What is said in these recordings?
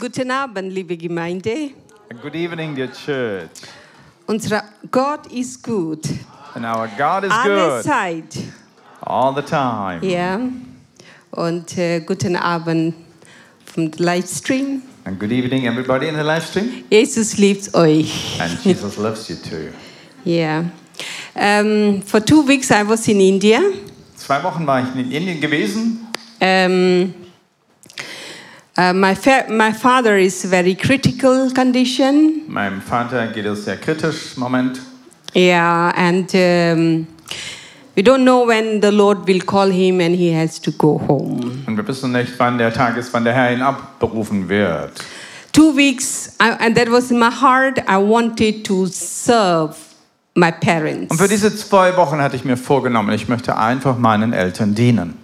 Guten Abend, liebe Gemeinde. And good evening, dear church. Unser Gott ist gut. And our God is Alle good Zeit. all the time. Ja. Und äh, guten Abend vom Livestream. And good evening, everybody in the live stream. Jesus liebt euch. And Jesus loves you too. Ja. Ähm, for two weeks I was in India. Zwei Wochen war ich in Indien gewesen. Ähm, äh, my, fa my father is very critical condition. Meinem Vater geht es sehr kritisch im Moment. Yeah, and um, we don't know when the Lord will call him and he has to go home. Und wir wissen nicht, wann der Tag ist, wann der Herr ihn abberufen wird. Two weeks, I, and that was in my heart. I wanted to serve my parents. Und für diese zwei Wochen hatte ich mir vorgenommen, ich möchte einfach meinen Eltern dienen.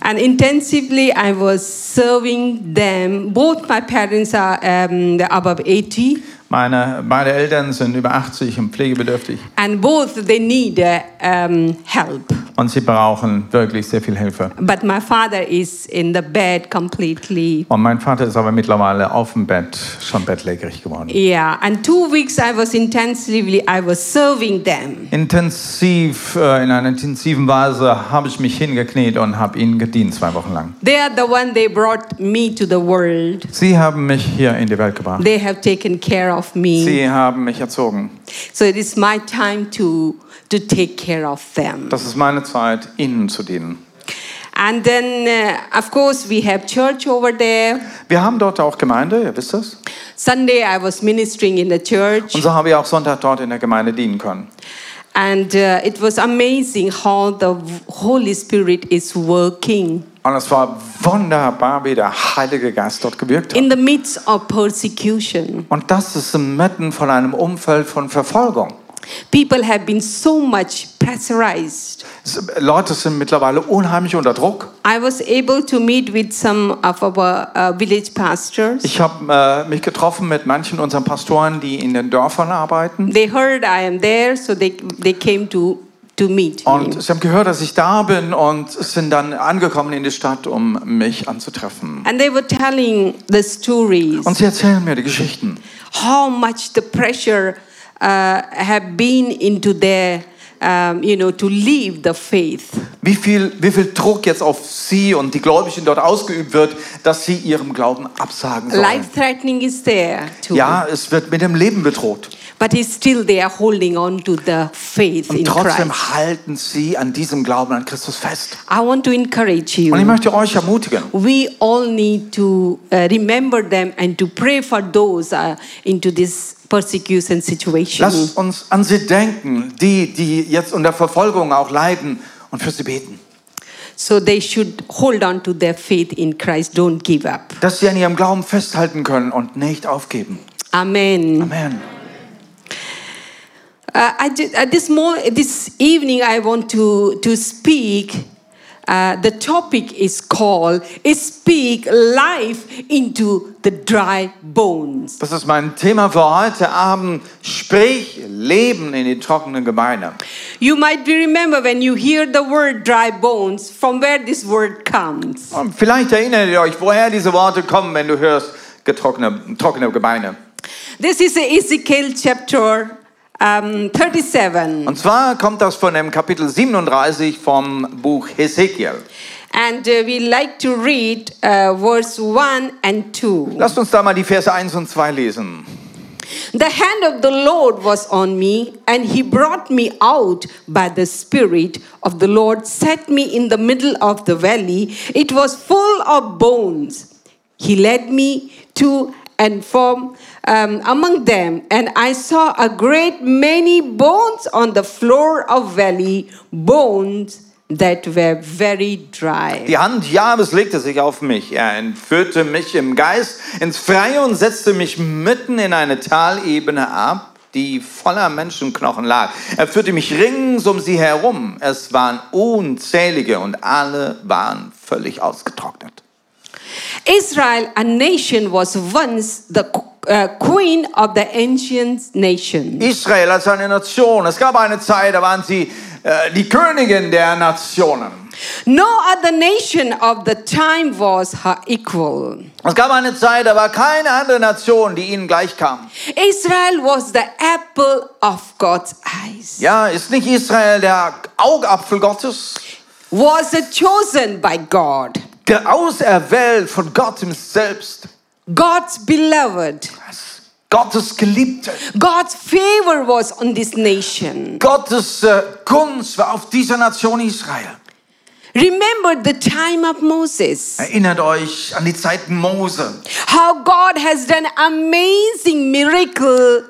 And intensively, I was serving them. Both my parents are um, they're above 80, Meine, beide Eltern sind über 80 und pflegebedürftig. and both they need uh, um, help. Und sie brauchen wirklich sehr viel Hilfe. But my father is in the bed completely Und mein Vater ist aber mittlerweile auf dem Bett schon bettlägerig geworden. Yeah, and two weeks I was intensively, I was serving them. Intensiv, äh, in einer intensiven Weise habe ich mich hingekniet und habe ihnen gedient zwei Wochen lang. They are the one they brought me to the world. Sie haben mich hier in die Welt gebracht. They have taken care of me. Sie haben mich erzogen. So it is my time to to take care of them. Das ist meine Zeit, ihnen zu dienen. And then uh, of course we have church over there. Wir haben dort auch Gemeinde, ihr wisst es. Sunday I was ministering in the church Und so habe ich auch Sonntag dort in der Gemeinde dienen können. and uh, it was amazing how the Holy Spirit is working Und es war wunderbar, wie der Heilige Geist dort gewirkt hat. in the midst of persecution. Und das ist inmitten von einem Umfeld von Verfolgung. People have been so much pressurized. Es- Leute sind mittlerweile unheimlich unter Druck. I was able to meet with some of our uh, village pastors. Ich habe äh, mich getroffen mit manchen unseren Pastoren, die in den Dörfern arbeiten. They heard I am there, so they, they came to, to meet me. Und sie haben gehört, dass ich da bin und sind dann angekommen in die Stadt, um mich anzutreffen. And they were telling the stories Und sie erzählen mir die Geschichten, how much the pressure uh, have been into their, um, you know, to leave the faith. wie viel, wie viel Druck jetzt auf sie und die Gläubigen dort ausgeübt wird, dass sie ihrem Glauben absagen sollen. Life threatening is there too. Ja, es wird mit dem Leben bedroht. But it's still they are holding on to the faith in Und Christ. trotzdem halten sie an diesem Glauben an Christus fest. I want to encourage Und ich you. möchte euch ermutigen. we all need to uh, remember them and to pray for those uh, into this persecution situation. Lasst uns an sie denken, die, die jetzt unter Verfolgung auch leiden und für sie beten. so they should hold on to their faith in Christ. Don't give up. Dass sie an ihrem Glauben festhalten können und nicht aufgeben. Amen. Amen. Uh, I ju- uh, this, mo- this evening, I want to, to speak. Uh, the topic is called Speak Life into the Dry Bones. Das ist mein Thema für heute Abend. Sprich Leben in die trockenen Gebeine. You might be remember when you hear the word dry bones from where this word comes. Und vielleicht erinnert ihr euch, woher diese Worte kommen, wenn du hörst getrockene, trockene Gebeine. This is Ezekiel chapter um, 37. Und zwar kommt das von dem Kapitel 37 vom Buch Hesekiel. And uh, we like to read uh, verse 1 and 2. Lasst uns da mal die Verse 1 und 2 lesen. The hand of the Lord was on me, and he brought me out by the Spirit of the Lord, set me in the middle of the valley. It was full of bones. He led me to and from um, among them, and I saw a great many bones on the floor of valley, bones that were very dry. Die Hand Jahwes legte sich auf mich. Er entführte mich im Geist ins Freie und setzte mich mitten in eine Talebene ab, die voller Menschenknochen lag. Er führte mich rings um sie herum. Es waren unzählige und alle waren völlig ausgetrocknet. Israel, a nation, was once the uh, queen of the ancient nation. Israel als eine Nation. Es gab eine Zeit, da waren sie äh, die Königin der Nationen. No other nation of the time was her equal. Es gab eine Zeit, da war keine andere Nation, die ihnen gleichkam. Israel was the apple of God's eyes, Ja, ist nicht Israel der Augapfel Gottes? was chosen by God, Der Auserwählt von Gott selbst. God's beloved. Gottes Geliebte. God's favor was on this nation. Gottes äh, Gunst war auf dieser Nation Israel. Remember the time of Moses, Erinnert euch an die Zeiten Mose. how God has done amazing miracle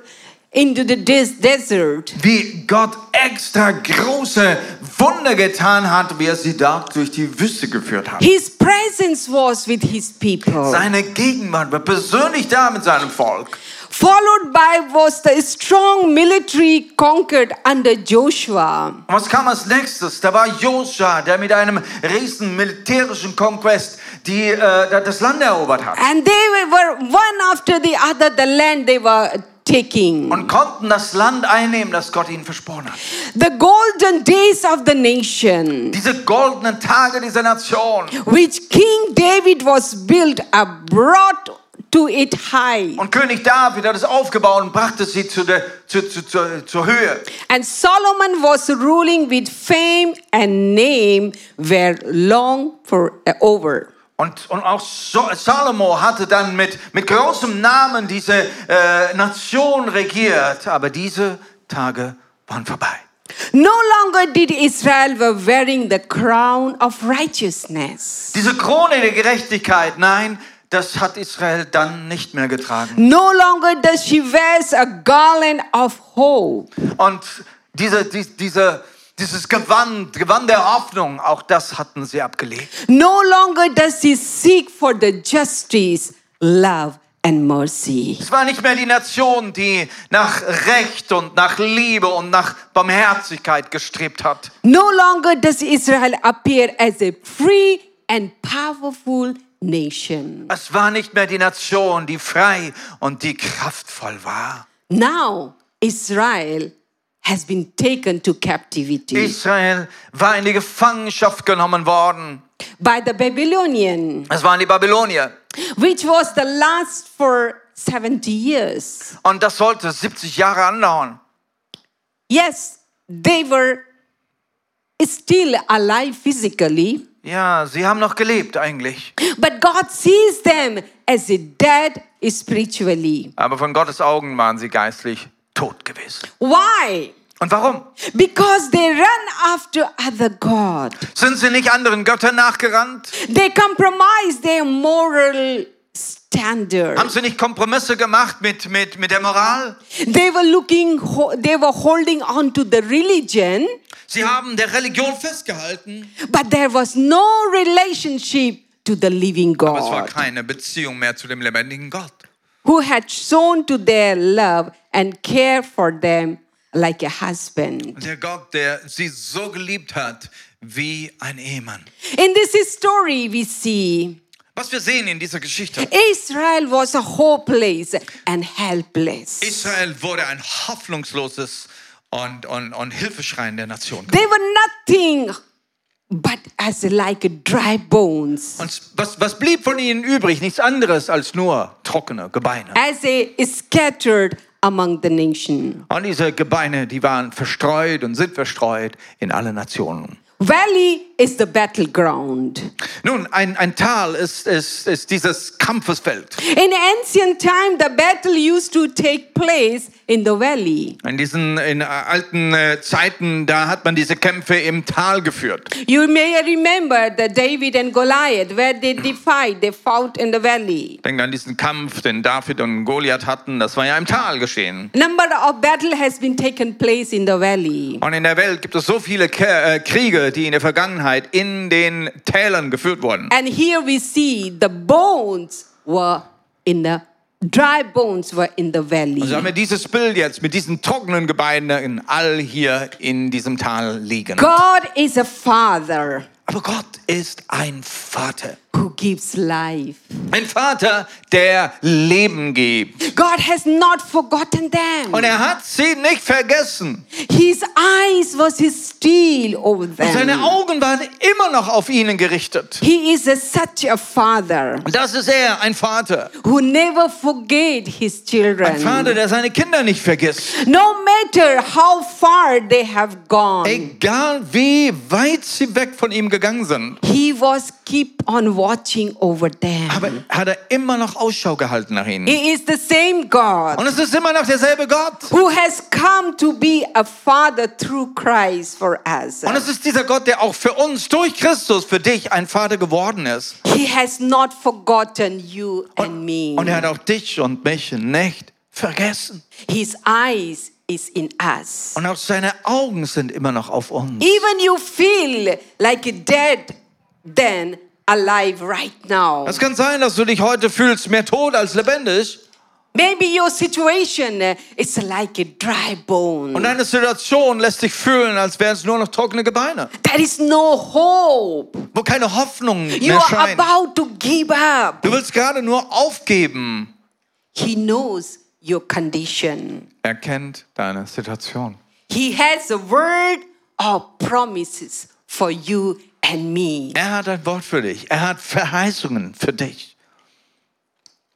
into the des- desert. wie Gott extra große Wunder getan hat, wie er sie da durch die Wüste geführt hat. His presence was with his people. Seine Gegenwart war persönlich da mit seinem Volk. Followed by was the strong military conquered under Joshua. Und was kam als nächstes? Da war Joscha, der mit einem riesen militärischen Conquest die, äh, da- das Land erobert hat. And they were one after the other, the land they were taking. Und konnten das Land einnehmen, das Gott ihnen versprochen hat. The golden days of the nation, Diese goldenen Tage dieser Nation. which King David was built up, brought to it high. Und König David hat es aufgebaut und brachte sie zu der, zu, zu, zu, zur Höhe. And Solomon was ruling with fame and name were long for uh, over. Und, und auch so Salomo hatte dann mit, mit großem Namen diese äh, Nation regiert, aber diese Tage waren vorbei. No longer did Israel were wearing the crown of righteousness. Diese Krone der Gerechtigkeit, nein, das hat Israel dann nicht mehr getragen. No longer does she wears a garland of hope. Und diese, die, diese, dieses Gewand, Gewand der Hoffnung, auch das hatten sie abgelegt. No longer does she seek for the justice, love, and mercy. Es war nicht mehr die Nation, die nach Recht und nach Liebe und nach Barmherzigkeit gestrebt hat. No longer does Israel appear as a free and powerful nation. Es war nicht mehr die Nation, die frei und die kraftvoll war. Now Israel has been taken to captivity Israel war in die Gefangenschaft genommen worden. by the Babylonian, Es waren die Babylonier. which was the last for 70 years. Und das sollte 70 Jahre andauern. Yes, they were still alive physically, Ja, sie haben noch gelebt eigentlich. but God sees them as a dead spiritually. Aber von Gottes Augen waren sie geistlich tot gewesen. Why? Und warum? Because they run after other God. Sind sie nicht anderen Göttern nachgerannt? They compromise their moral standard. Haben sie nicht Kompromisse gemacht mit, mit, mit der Moral? They were looking, ho- they were holding on to the religion, Sie haben der Religion festgehalten. but there was no relationship to the living Aber es war God keine Beziehung mehr zu dem lebendigen Gott. who had shown to their love and care for them like a husband. Der Gott, der sie so geliebt hat wie ein Ehemann. In this story, we see Was wir sehen in dieser Geschichte. Israel was hopeless and helpless. Israel wurde ein hoffnungsloses und, und, und Hilfeschreien der Nation. They were nothing but as like dry bones, Und was, was blieb von ihnen übrig? Nichts anderes als nur trockene Gebeine. as they scattered among the nation. Und diese Gebeine, die waren verstreut und sind verstreut in alle Nationen. Valley is the battleground. Nun, ein, ein Tal ist, ist, ist dieses Kampfesfeld. In ancient time, the battle used to take place in the valley. In diesen in äh, alten äh, Zeiten, da hat man diese Kämpfe im Tal geführt. You may remember the David and Goliath, where they defied, they fought in the valley. Denkt an diesen Kampf, den David und Goliath hatten. Das war ja im Tal geschehen. Number of battle has been taken place in the valley. Und in der Welt gibt es so viele Ke- äh, Kriege, die in der Vergangenheit in den Tälern geführt wurden. And here we see the bones were in the dry bones were in the Also haben valley. wir dieses Bild jetzt mit diesen trockenen Gebeinen all hier in diesem Tal liegen. God is a father Aber Gott ist ein Vater, who gives life. Ein Vater, der Leben gibt. God has not forgotten Und them. er hat sie nicht vergessen. His eyes was his steel over Und seine them. Augen waren immer noch auf ihnen gerichtet. He is a, such a father Und das ist er, ein Vater. who never forget his Ein Vater, children. der seine Kinder nicht vergisst. No matter how far they have Ähm. gone, Egal wie weit sie weg von ihm gegangen sind. he was keep on watching over them. Aber hat er immer noch Ausschau gehalten nach ihnen. He is the same God Und es ist immer noch derselbe Gott. who has come to be a father through Christ for us. Und es ist dieser Gott, der auch für uns durch Christus, für dich ein Vater geworden ist. He has not forgotten you and me. Und er hat auch dich und mich nicht vergessen. His eyes is in us. Und auch seine Augen sind immer noch auf uns. Even you feel like dead, then alive right now. Es kann sein, dass du dich heute fühlst mehr tot als lebendig. Maybe your situation uh, is like a dry Und bone. deine Situation lässt dich fühlen, als wären es nur noch trockene Gebeine, There is no hope. wo keine Hoffnung You mehr are scheint. about to give up. Du willst gerade nur aufgeben. He knows your condition. Er kennt deine Situation. He has a word of promises for you and me. Er hat ein Wort für dich. Er hat Verheißungen für dich.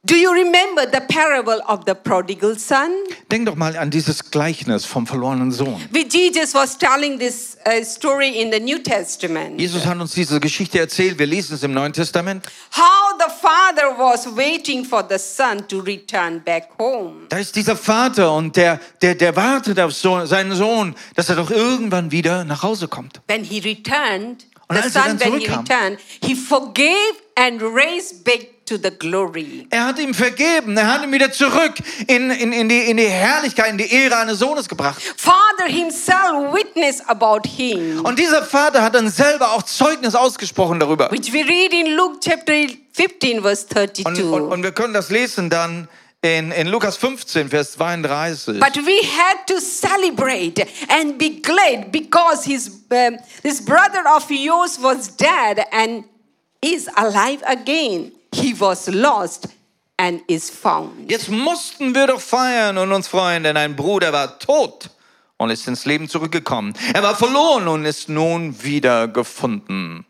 Do you remember the parable of the prodigal son? Denk doch mal an dieses Gleichnis vom verlorenen Sohn. Which Jesus was telling this uh, story in the New Testament. Jesus hat uns diese Geschichte erzählt. Wir lesen es im Neuen Testament. How the father was waiting for the son to return back home. Da ist dieser Vater und der, der, der wartet auf so, seinen Sohn, dass er doch irgendwann wieder nach Hause kommt. When he returned, Und the als er son, dann when he zurückkam- returned, he forgave and raised back to the glory. Er hat ihm vergeben, er hat ihn wieder zurück in, in, in, die, in die Herrlichkeit, in die Ehre eines Sohnes gebracht. Father himself witnessed about him, Und dieser Vater hat dann selber auch Zeugnis ausgesprochen darüber. which we read in Luke chapter 15, verse Und, 32. und, und wir können das lesen dann in, in Lukas 15, Vers 32. But we had to celebrate and be glad because his um, this brother of yours was dead and is alive again. He was lost and is found. Jetzt mussten wir doch feiern und uns freuen, denn ein Bruder war tot und ist ins Leben zurückgekommen. Er war verloren und ist nun wieder gefunden.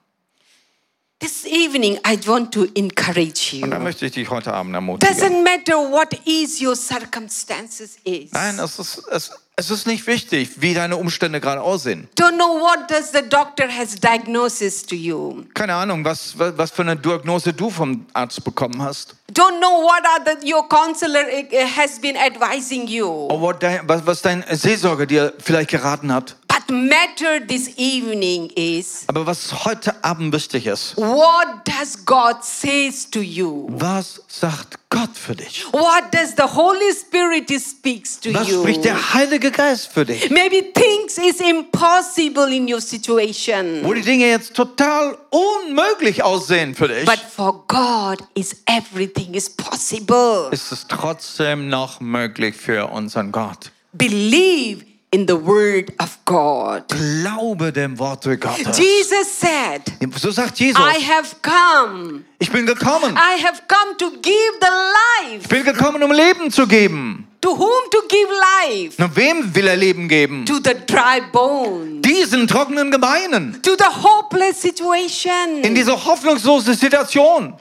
This evening, I want to encourage Und da you. möchte ich dich heute Abend ermutigen. Doesn't matter what is your circumstances is. Nein, es ist, es, es ist nicht wichtig, wie deine Umstände gerade aussehen. Don't know what does the doctor has diagnosis to you. Keine Ahnung, was, wa- was für eine Diagnose du vom Arzt bekommen hast. Don't know what are the, your counselor eh, has been advising you. Oder Oh, what dein, was, was dein Seelsorger dir vielleicht geraten hat. But matter this evening is Aber was heute Abend wichtig ist, what does God says to you? was sagt Gott für dich? What does the Holy Spirit speaks to Was you? spricht der Heilige Geist für dich? Maybe things is impossible in your situation. Wo die Dinge jetzt total unmöglich aussehen für dich, But for God is everything is possible. ist es trotzdem noch möglich für unseren Gott. Believe in the word of God. Glaube dem Worte Gottes. Jesus said, So sagt Jesus, I have come. ich bin gekommen. I have come to give the Ich life. bin gekommen, um Leben zu geben. To whom to give life? Nur wem will er Leben geben? To the dry bones. Diesen trockenen Gemeinen. to the hopeless situation. In diese hoffnungslose Situation,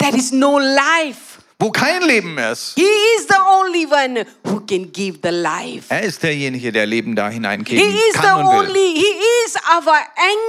there is no life. wo kein Leben ist. He is the only one who can give the life. Er ist derjenige, der Leben da He hineingeben is the kann und will. only, He is our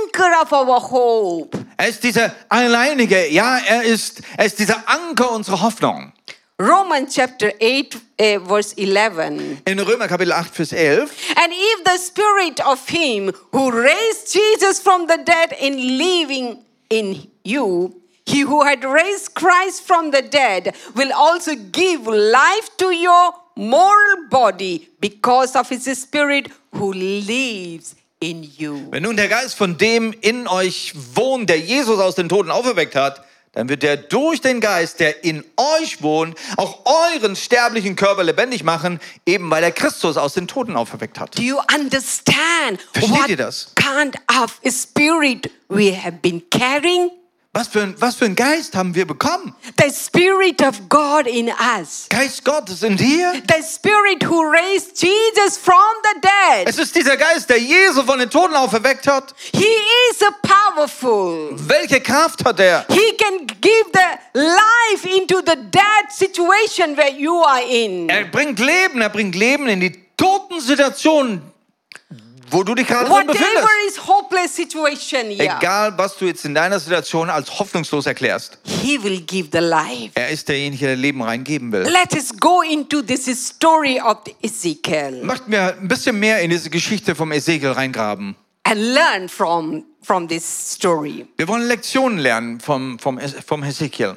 anchor of our hope. Er ist dieser Alleinige. Ja, er ist, er ist dieser Anker unserer Hoffnung. Romans chapter 8, eh, verse 11. In Römer Kapitel 8, Vers 11. And if the spirit of him who raised Jesus from the dead in living in you, he who had raised Christ from the dead will also give life to your mortal body because of his spirit who lives in you. Wenn nun der Geist von dem in euch wohnt, der Jesus aus den Toten auferweckt hat, dann wird er durch den Geist, der in euch wohnt, auch euren sterblichen Körper lebendig machen, eben weil er Christus aus den Toten auferweckt hat. Do you understand Versteht what ihr das? kind of spirit we have been carrying? Was für, ein, was für ein Geist haben wir bekommen? The Spirit of God in us. Geist Gottes in dir? The Spirit who raised Jesus from the dead. Es ist dieser Geist, der Jesu von den Toten auferweckt hat. He is a powerful. Welche Kraft hat er? He can give the life into the dead situation where you are in. Er bringt Leben, er bringt Leben in die toten Situationen, wo du dich gerade drin Whatever befindest. is hopeless situation, yeah, Egal, was du jetzt in deiner Situation als hoffnungslos erklärst. he will give the life. Er ist derjenige, der Leben reingeben will. Let us go into this story of the Ezekiel Möchten wir ein bisschen mehr in diese Geschichte vom Ezekiel reingraben. and learn from from this story. Wir wollen Lektionen lernen vom, vom, Es- vom Ezekiel.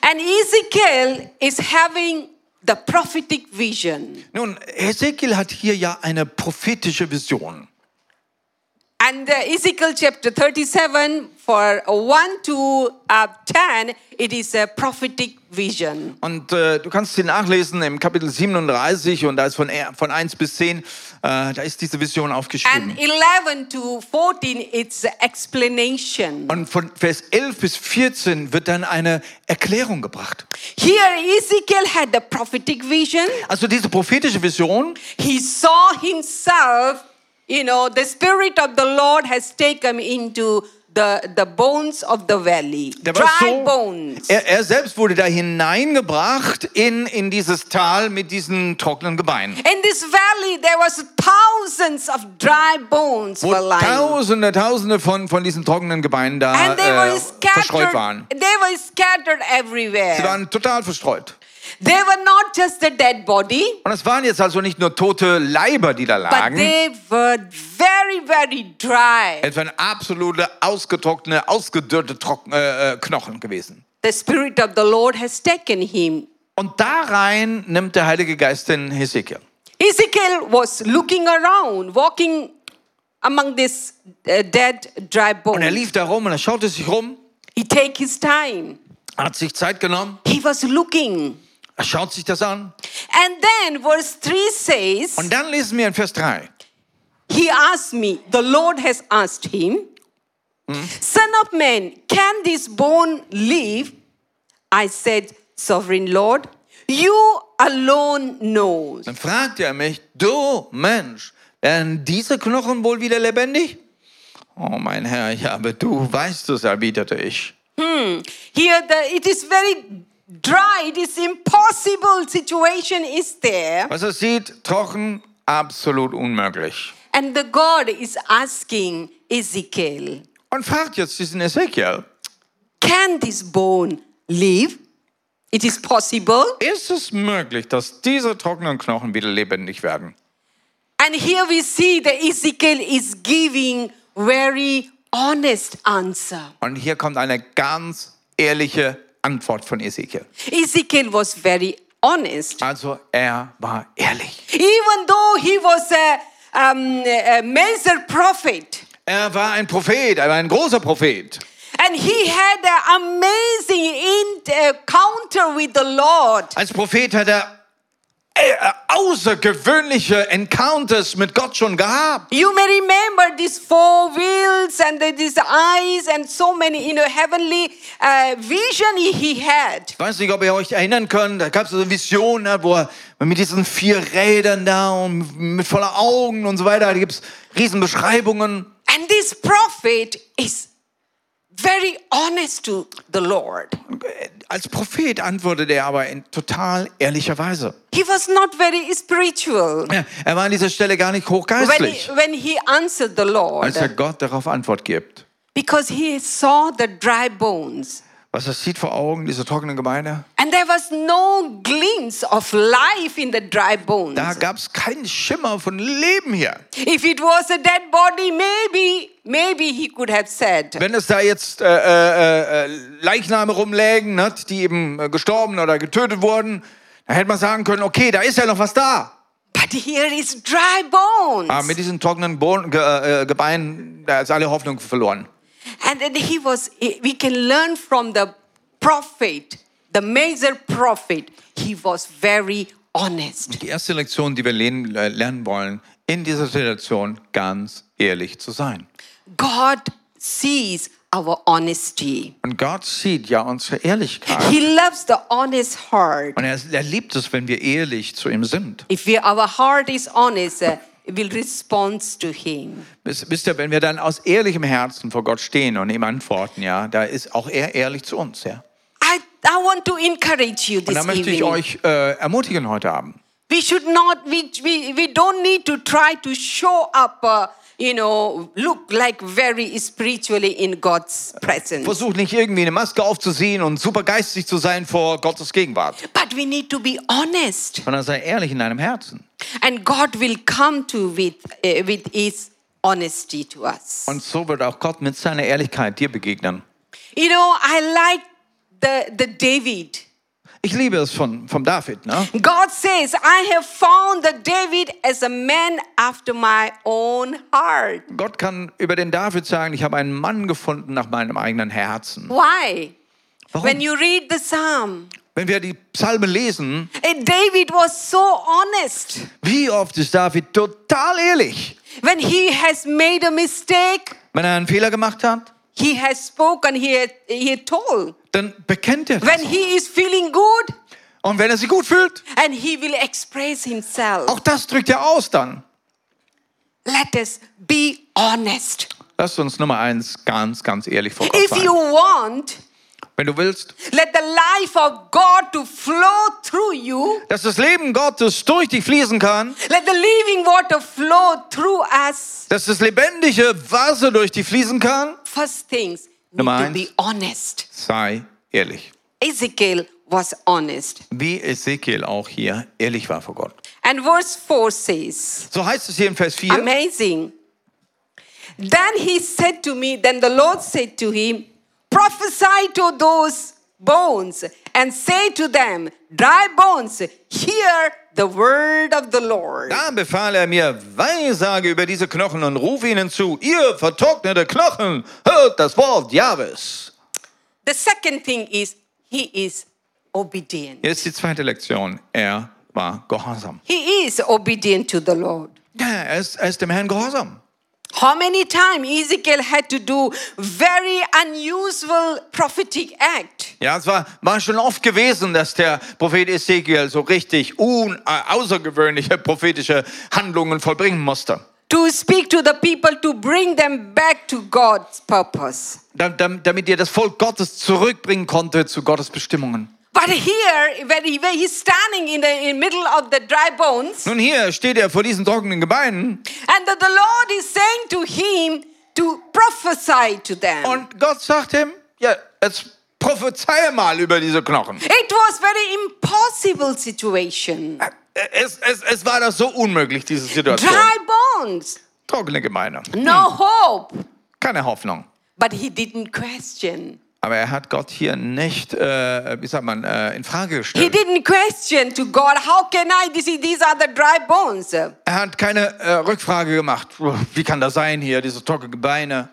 And Ezekiel is having the prophetic vision. Nun, Ezekiel hat hier ja eine prophetische Vision. And uh, Ezekiel chapter 37, for 1 to uh, 10, it is a prophetic vision. Und äh, du kannst sie nachlesen im Kapitel 37 und da ist von, er- von 1 bis 10, äh, da ist diese Vision aufgeschrieben. And 11 to 14, it's explanation. Und von Vers 11 bis 14 wird dann eine Erklärung gebracht. Here, Ezekiel had the prophetic vision. Also diese prophetische Vision, He saw himself, you know, the Spirit of the Lord has taken into the, the bones of the valley, der war dry so, bones. er, er selbst wurde da hineingebracht in, in dieses Tal mit diesen trockenen Gebeinen. In this valley, there was thousands of dry bones Wo were lying. Tausende, Tausende von, von diesen trockenen Gebeinen da And they äh, were verstreut scattered. waren. They were scattered Sie everywhere. waren total verstreut. They were not just the dead body, Und es waren jetzt also nicht nur tote Leiber, die da but lagen. they were very, very dry. Es waren absolute ausgetrocknete, ausgedörrte Trocken, äh, äh, Knochen gewesen. The Spirit of the Lord has taken him. Und da rein nimmt der Heilige Geist den Hesekiel. Ezekiel was looking around, walking among this uh, dead, dry Und er bones. lief da rum und er schaute sich rum, He take his time. hat sich Zeit genommen, He was looking. er schaut sich das an. And then verse 3 says, Und dann lesen wir in Vers 3. He asked me, the Lord has asked him, Son of man, can this bone live? I said, Sovereign Lord, you alone knows. Dann fragt er mich, du Mensch, werden diese Knochen wohl wieder lebendig? Oh mein Herr, ja, aber du weißt es, erwiderte ich. Here, the, it is very dry, it is impossible situation is there. Was er sieht, trocken, absolut unmöglich. And the God is asking Ezekiel, Und fragt jetzt diesen Ezekiel, can this bone live? It is possible. ist es möglich, dass diese trockenen Knochen wieder lebendig werden? And here we see that Ezekiel is giving very honest answer. Und hier kommt eine ganz ehrliche Antwort von Ezekiel. Ezekiel was very honest. Also er war ehrlich. Even though he was a, um, a major prophet Er war ein Prophet, er war ein großer Prophet. and he had an amazing uh, encounter with the Lord. Als Prophet hat er äh, außergewöhnliche Encounters mit Gott schon gehabt. You may remember these four wheels and the- these eyes and so many, you know, heavenly uh, vision he- he had. Ich weiß nicht, ob ihr euch erinnern könnt, da gab es so eine Vision, ne, wo er mit diesen vier Rädern da und mit voller Augen und so weiter, da gibt es Riesenbeschreibungen. And this prophet is very honest to the Lord. Als Prophet antwortete er aber in total ehrlicher Weise. He was not very spiritual Ja, Er war an dieser Stelle gar nicht when he, hochgeistlich, when he answered the als er Lord Gott darauf Antwort gibt. because he saw the dry bones. Was er sieht vor Augen, diese trockene Gemeinde, And there was no glimpse of life in the dry bones. da gab es keinen Schimmer von Leben hier. If it was a dead body, maybe, maybe he could have said, Wenn es da jetzt äh, äh, äh, Leichname rumlägen, ne, die eben äh, gestorben oder getötet wurden, dann hätte man sagen können, okay, da ist ja noch was da. but here is dry bones. Aber mit diesen trockenen Bohnen, ge, äh, äh, Gebeinen, da ist alle Hoffnung verloren. And then he was, eh, we can learn from the prophet, the major prophet, he was very honest. Die erste Lektion, die wir len- äh, lernen wollen, in dieser Situation ganz ehrlich zu sein. God sees our honesty. Und Gott sieht ja unsere Ehrlichkeit. He loves the honest heart. Und er, er liebt es, wenn wir ehrlich zu ihm sind. If we, our heart is honest, uh, it will respond to Him. Wisst, wisst ihr, wenn wir dann aus ehrlichem Herzen vor Gott stehen und ihm antworten, ja, da ist auch er ehrlich zu uns, ja. I, I want to encourage you Und this da möchte ich evening. euch äh, ermutigen heute Abend. We should not, we, we, we don't need to try to show up, uh, you know, look like very spiritually in God's presence. Versucht nicht irgendwie eine Maske aufzuziehen und super geistig zu sein vor Gottes Gegenwart, But we need to be honest. sondern sei ehrlich in deinem Herzen. And God will come to with, eh, with His honesty to us. Und so wird auch Gott mit seiner Ehrlichkeit dir begegnen. You know, I like the, the David. Ich liebe es von vom David, ne? God says, I have found the David as a man after my own heart. Gott kann über den David sagen, ich habe einen Mann gefunden nach meinem eigenen Herzen. Why? When Warum? you read the psalm, Wenn wir die Psalmen lesen, eh, David was so honest. wie oft ist David total ehrlich, When he has made a mistake, wenn er einen Fehler gemacht hat, he has spoken, he had, he had told. dann bekennt er das. When he is feeling good, Und wenn er sich gut fühlt, and he will express himself. auch das drückt er aus dann. Let us be honest. Lasst uns Nummer eins ganz, ganz ehrlich vor Gott If you sein. want, Wenn du willst, let the life of God to flow through you. dass das Leben Gottes durch dich fließen kann, Let the living water flow through us. dass das lebendige Wasser durch dich fließen kann, First things, we Nummer need to eins. be honest. sei ehrlich. Ezekiel was honest. Wie Ezekiel auch hier ehrlich war vor Gott. And verse 4 says, So heißt es hier in Vers 4. amazing. Then he said to me, then the Lord said to him, prophesy to those bones and say to them, dry bones, hear the word of the Lord. Da befahl er mir, Weissage über diese Knochen und ruf ihnen zu, ihr vertrocknete Knochen, hört das Wort Jahwes. The second thing is he is obedient. Jetzt die zweite Lektion. Er war gehorsam. He is obedient to the Lord. Ja, er ist, er ist dem Herrn gehorsam. How many times Ezekiel had to do very unusual prophetic act? Ja, es war, war schon oft gewesen, dass der Prophet Ezekiel so richtig un, äh, außergewöhnliche prophetische Handlungen vollbringen musste. To speak to the people to bring them back to God's purpose. Dam- dam- damit er das Volk Gottes zurückbringen konnte zu Gottes Bestimmungen. But here, when, he, when he's standing in the in middle of the dry bones, Nun hier steht er vor diesen trockenen Gebeinen and that the Lord is saying to him to prophesy to them. und Gott sagt ihm, ja, jetzt prophezeie mal über diese Knochen. It was very impossible situation. Es, es, es war das so unmöglich, diese Situation. Dry bones, Trockene Gebeine, no hope. keine Hoffnung. But he didn't question. Aber er hat Gott hier nicht, äh, wie sagt man, äh, in Frage He gestellt. didn't question to God, how can I, this, is- these are the dry bones. Er hat keine äh, Rückfrage gemacht. Oh, Wie kann das sein hier, diese trockenen Gebeine?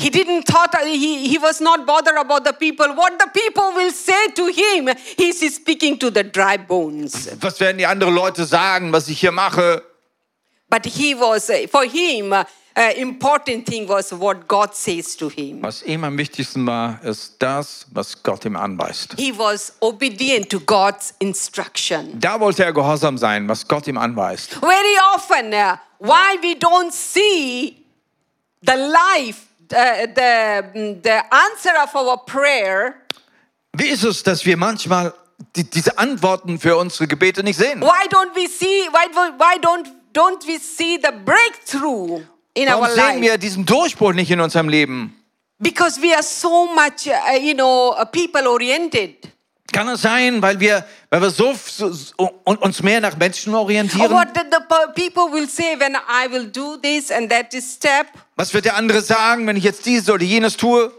He didn't thought, uh, he, he was not bothered about the people. What the people will say to him, he's speaking to the dry bones. Was werden die anderen Leute sagen, was ich hier mache? But he was, for him, uh, important thing was what God says to him. Was ihm am wichtigsten war, ist das, was Gott ihm anweist. He was obedient to God's instruction. Da wollte er gehorsam sein, was Gott ihm anweist. Very often, uh, why we don't see the life, uh, the, the answer of our prayer, Wie ist es, dass wir manchmal die, diese Antworten für unsere Gebete nicht sehen? Why don't we see? Why don't why don't don't we see the breakthrough in Warum our sehen life? wir diesen Durchbruch nicht in unserem Leben? Because we are so much, uh, you know, uh, people oriented. Kann es sein, weil wir, weil wir so, so, so un- uns mehr nach Menschen Or orientieren? what the, the pe- people will say when I will do this and that is step. Was wird der andere sagen, wenn ich jetzt dies oder jenes tue?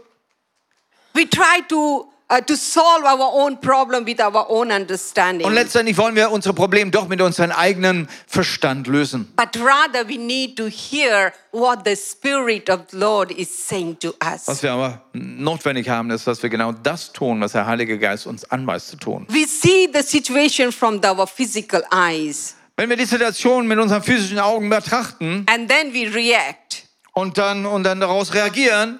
We try to uh, to solve our own problem with our own understanding. Und letztendlich wollen wir unsere Probleme doch mit unserem eigenen Verstand lösen. but rather, we need to hear what the Spirit of the Lord is saying to us. Was wir aber notwendig haben, ist, dass wir genau das tun, was der Heilige Geist uns anweist zu tun. We see the situation from the, our physical eyes, Wenn wir die Situation mit unseren physischen Augen betrachten and then we react. und dann, und dann daraus reagieren,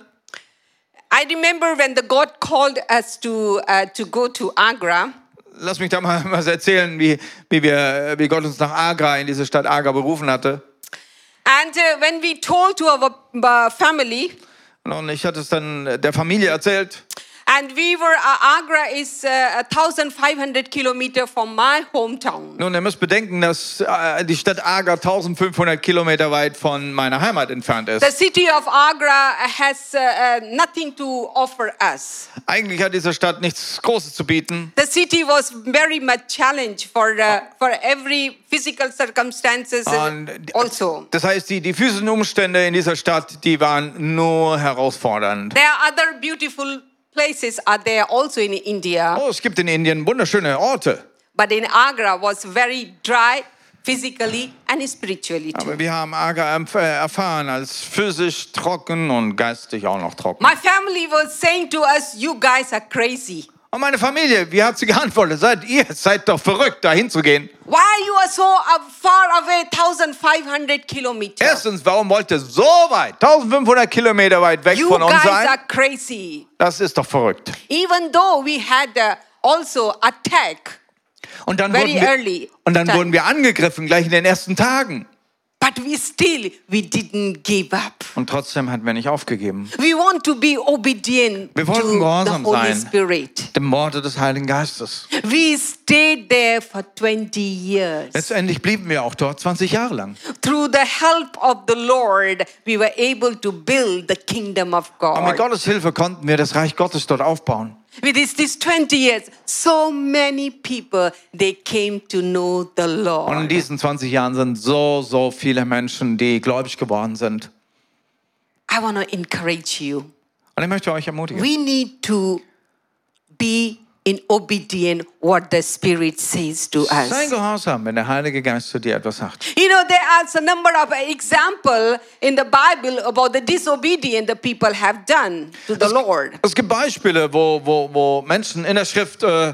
I remember when the God called us to uh, to go to Agra. Lass mich da mal was erzählen, wie, wie, wir, wie Gott uns nach Agra, in diese Stadt Agra berufen hatte. And uh, when we told to our uh, family, Und ich hatte es dann der Familie erzählt. and we were, uh, Agra is uh, 1,500 kilometer from my hometown. Nun, ihr müsst bedenken, dass äh, die Stadt Agra 1500 Kilometer weit von meiner Heimat entfernt The ist. city of Agra has uh, uh, nothing to offer us. Eigentlich hat diese Stadt nichts Großes zu bieten. The city was very much challenge for uh, for every physical circumstances Und also. Das heißt, die, die physischen Umstände in dieser Stadt, die waren nur herausfordernd. There are other beautiful places are there also in India, Oh, es gibt in Indien wunderschöne Orte. but in Agra was very dry physically and spiritually too. Aber wir haben Agra erf- äh, erfahren als physisch trocken und geistig auch noch trocken. My family was saying to us, "You guys are crazy. Und meine Familie, wie hat sie geantwortet? Seid ihr, seid doch verrückt, da hinzugehen. Why you are so uh, far away, 1,500 kilometers? Erstens, warum wollt ihr so weit, 1500 Kilometer weit weg You von uns guys sein? are crazy." Das ist doch verrückt. Even though we had uh, also attack, Und dann, Very wurden wir, early und dann time. wurden wir angegriffen, gleich in den ersten Tagen. but we still we didn't give up. Und trotzdem hatten wir nicht aufgegeben. We want to be obedient Wir to wollten the gehorsam Holy sein. Spirit. Dem Worte des Heiligen Geistes. We stayed there for 20 years. Letztendlich blieben wir auch dort 20 Jahre lang. Through the help of the Lord, we were able to build the kingdom of God. Aber mit Gottes Hilfe konnten wir das Reich Gottes dort aufbauen. With this, these 20 years, so many people, they came to know the Und in Lord. diesen 20 Jahren sind so, so viele Menschen, die gläubig geworden sind. I want to encourage you. Und ich möchte euch ermutigen. We need to be in obedient what the Spirit says to Sei us. gehorsam, wenn der Heilige Geist zu dir etwas sagt. You know, there are a number of example in the Bible about the disobedient the people have done to the Lord. Es gibt Beispiele, wo, wo, wo Menschen in der Schrift äh,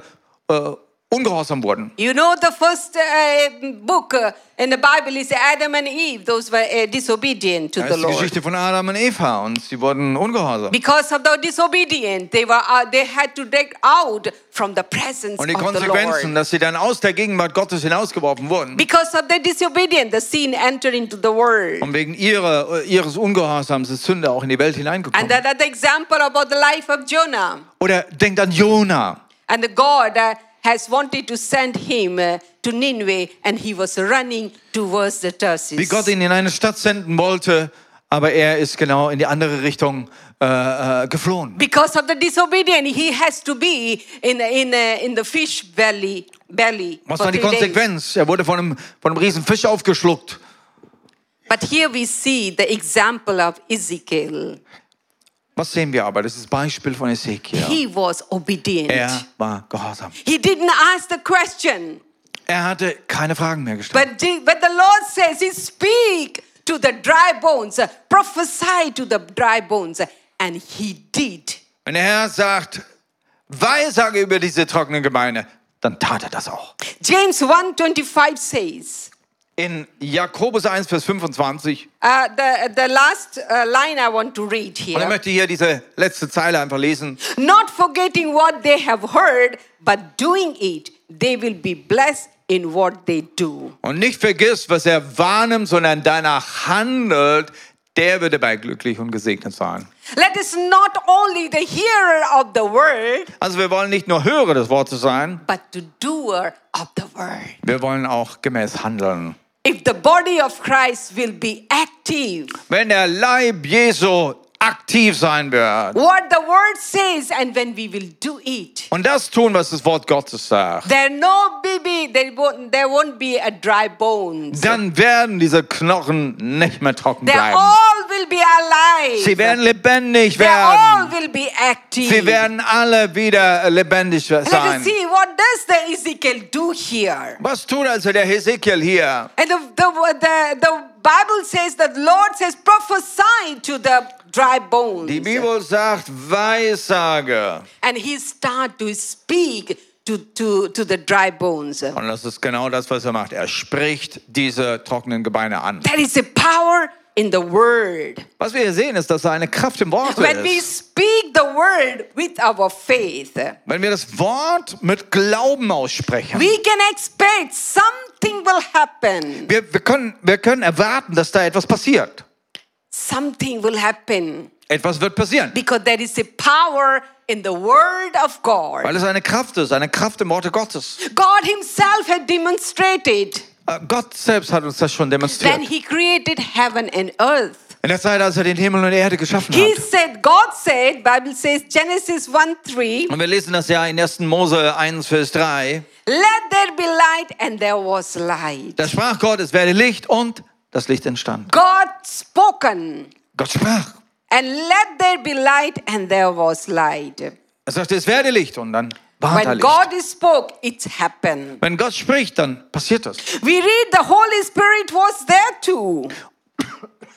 äh, ungehorsam wurden. You know, the first uh, book uh, in the Bible is Adam and Eve. Those were uh, disobedient to Das the ist die Lord. Geschichte von Adam und Eva und sie wurden ungehorsam. Because of their disobedience, they were uh, they had to take out from the presence Und die of the Konsequenzen, Lord. dass sie dann aus der Gegenwart Gottes hinausgeworfen wurden. Because of their disobedience, the sin entered into the world. Und um wegen ihrer, äh, ihres Ungehorsams ist Sünde auch in die Welt And hineingekommen. that the example about the life of Jonah. Oder denkt an Jona. And the God uh, has wanted to send him uh, to Nineveh, and he was running towards the Tarsus. Wie Gott ihn in eine Stadt senden wollte, aber er ist genau in die andere Richtung äh, äh, geflohen. because of the disobedience, he has to be in in uh, in the fish belly belly. Was for war die three days. Konsequenz? Er wurde von einem, von einem riesen Fisch aufgeschluckt. But here we see the example of Ezekiel. Was sehen wir aber? Das ist das Beispiel von Ezekiel. He was obedient. Er war gehorsam. He didn't ask the question, Er hatte keine Fragen mehr gestellt. but, the- but the Lord says, He speak to the dry bones, uh, prophesy to the dry bones, uh, and He did. Wenn der Herr sagt, Weissage über diese trockene Gemeinde, dann tat er das auch. James 1:25 says, In Jakobus 1, Vers 25. uh, the, the last uh, line I want to read Und ich here. möchte hier diese letzte Zeile einfach lesen. Not forgetting what they have heard, but doing it, they will be blessed in what they do. Und nicht vergiss, was er wahrnimmt, sondern danach handelt, der wird dabei glücklich und gesegnet sein. Let us not only the hearer of the word, Also wir wollen nicht nur Hörer des Wortes sein, but the doer of the word. wir wollen auch gemäß handeln. If the body of Christ will be active, Wenn der Leib Jesu aktiv sein wird what the word says, and when we will do it, und das tun, was das Wort Gottes sagt, there no baby, there won't, there won't be a dry bones. dann werden diese Knochen nicht mehr trocken They bleiben. all will be alive. Sie werden lebendig they all werden. will be active. Sie werden alle wieder lebendig Let us sein. see what does the Ezekiel do here. Was tut also der Hesekiel hier? And the, the, the, the Bible says that Lord says prophesy to the dry bones. Die Bibel sagt Weissage. and he start to speak to, to, to the dry bones. There Und das ist genau das, was er macht. Er spricht diese trockenen Gebeine an. is a power in the word. Was wir hier sehen, ist, dass da eine Kraft im Wort When we ist. speak the word with our faith, Wenn wir das Wort mit Glauben aussprechen, we can expect something will happen. wir, wir, können, wir können erwarten, dass da etwas passiert. Something will happen Etwas wird passieren, because there is a power in the word of God. weil es eine Kraft ist, eine Kraft im Worte Gottes. God Himself had demonstrated Äh, Gott selbst hat uns das schon when demonstriert. He created heaven and earth. In der Zeit, als er den Himmel und die Erde geschaffen He hat. said, God said, Bible says Genesis 1 3, Und wir lesen das ja in 1. Mose 1, Vers 3. let there be light, and there was light. Da sprach Gott, es werde Licht und das Licht entstand. God spoken, Gott sprach. and let there be light, and there was light. Er sagte, es werde Licht und dann war da When Licht. God spoke, it happened. Wenn Gott spricht, dann passiert das. We read the Holy Spirit was there too.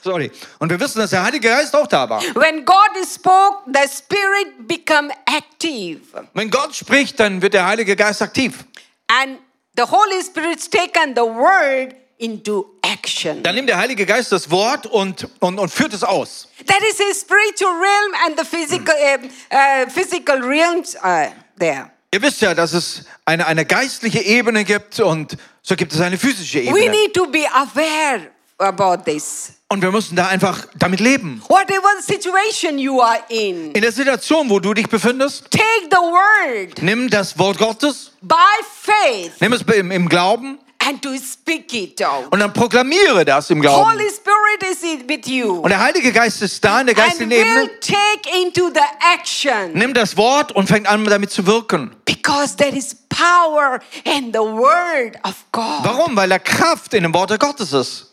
Sorry. Und wir wissen, dass der Heilige Geist auch da war. When God spoke, the Spirit become active, Wenn Gott spricht, dann wird der Heilige Geist aktiv. and the Holy Spirit's taken the word into action. Dann nimmt der Heilige Geist das Wort und, und, und führt es aus. That is a spiritual realm and the physical uh, uh, physical realms are there. Ihr wisst ja, dass es eine, eine geistliche Ebene gibt und so gibt es eine physische We Ebene. need to be aware about this. Und wir müssen da einfach damit leben. Whatever situation you are in, In der Situation, wo du dich befindest, take the word nimm das Wort Gottes, by faith nimm es im, im Glauben and to speak it out. und dann proklamiere das im Glauben. Holy Spirit is in- with you Und der Heilige Geist ist da in der and geistigen will Ebene. take into the action Nimm das Wort und fängt an, damit zu wirken. because there is power in the word of God. Warum? Weil da Kraft in dem Worte Gottes ist.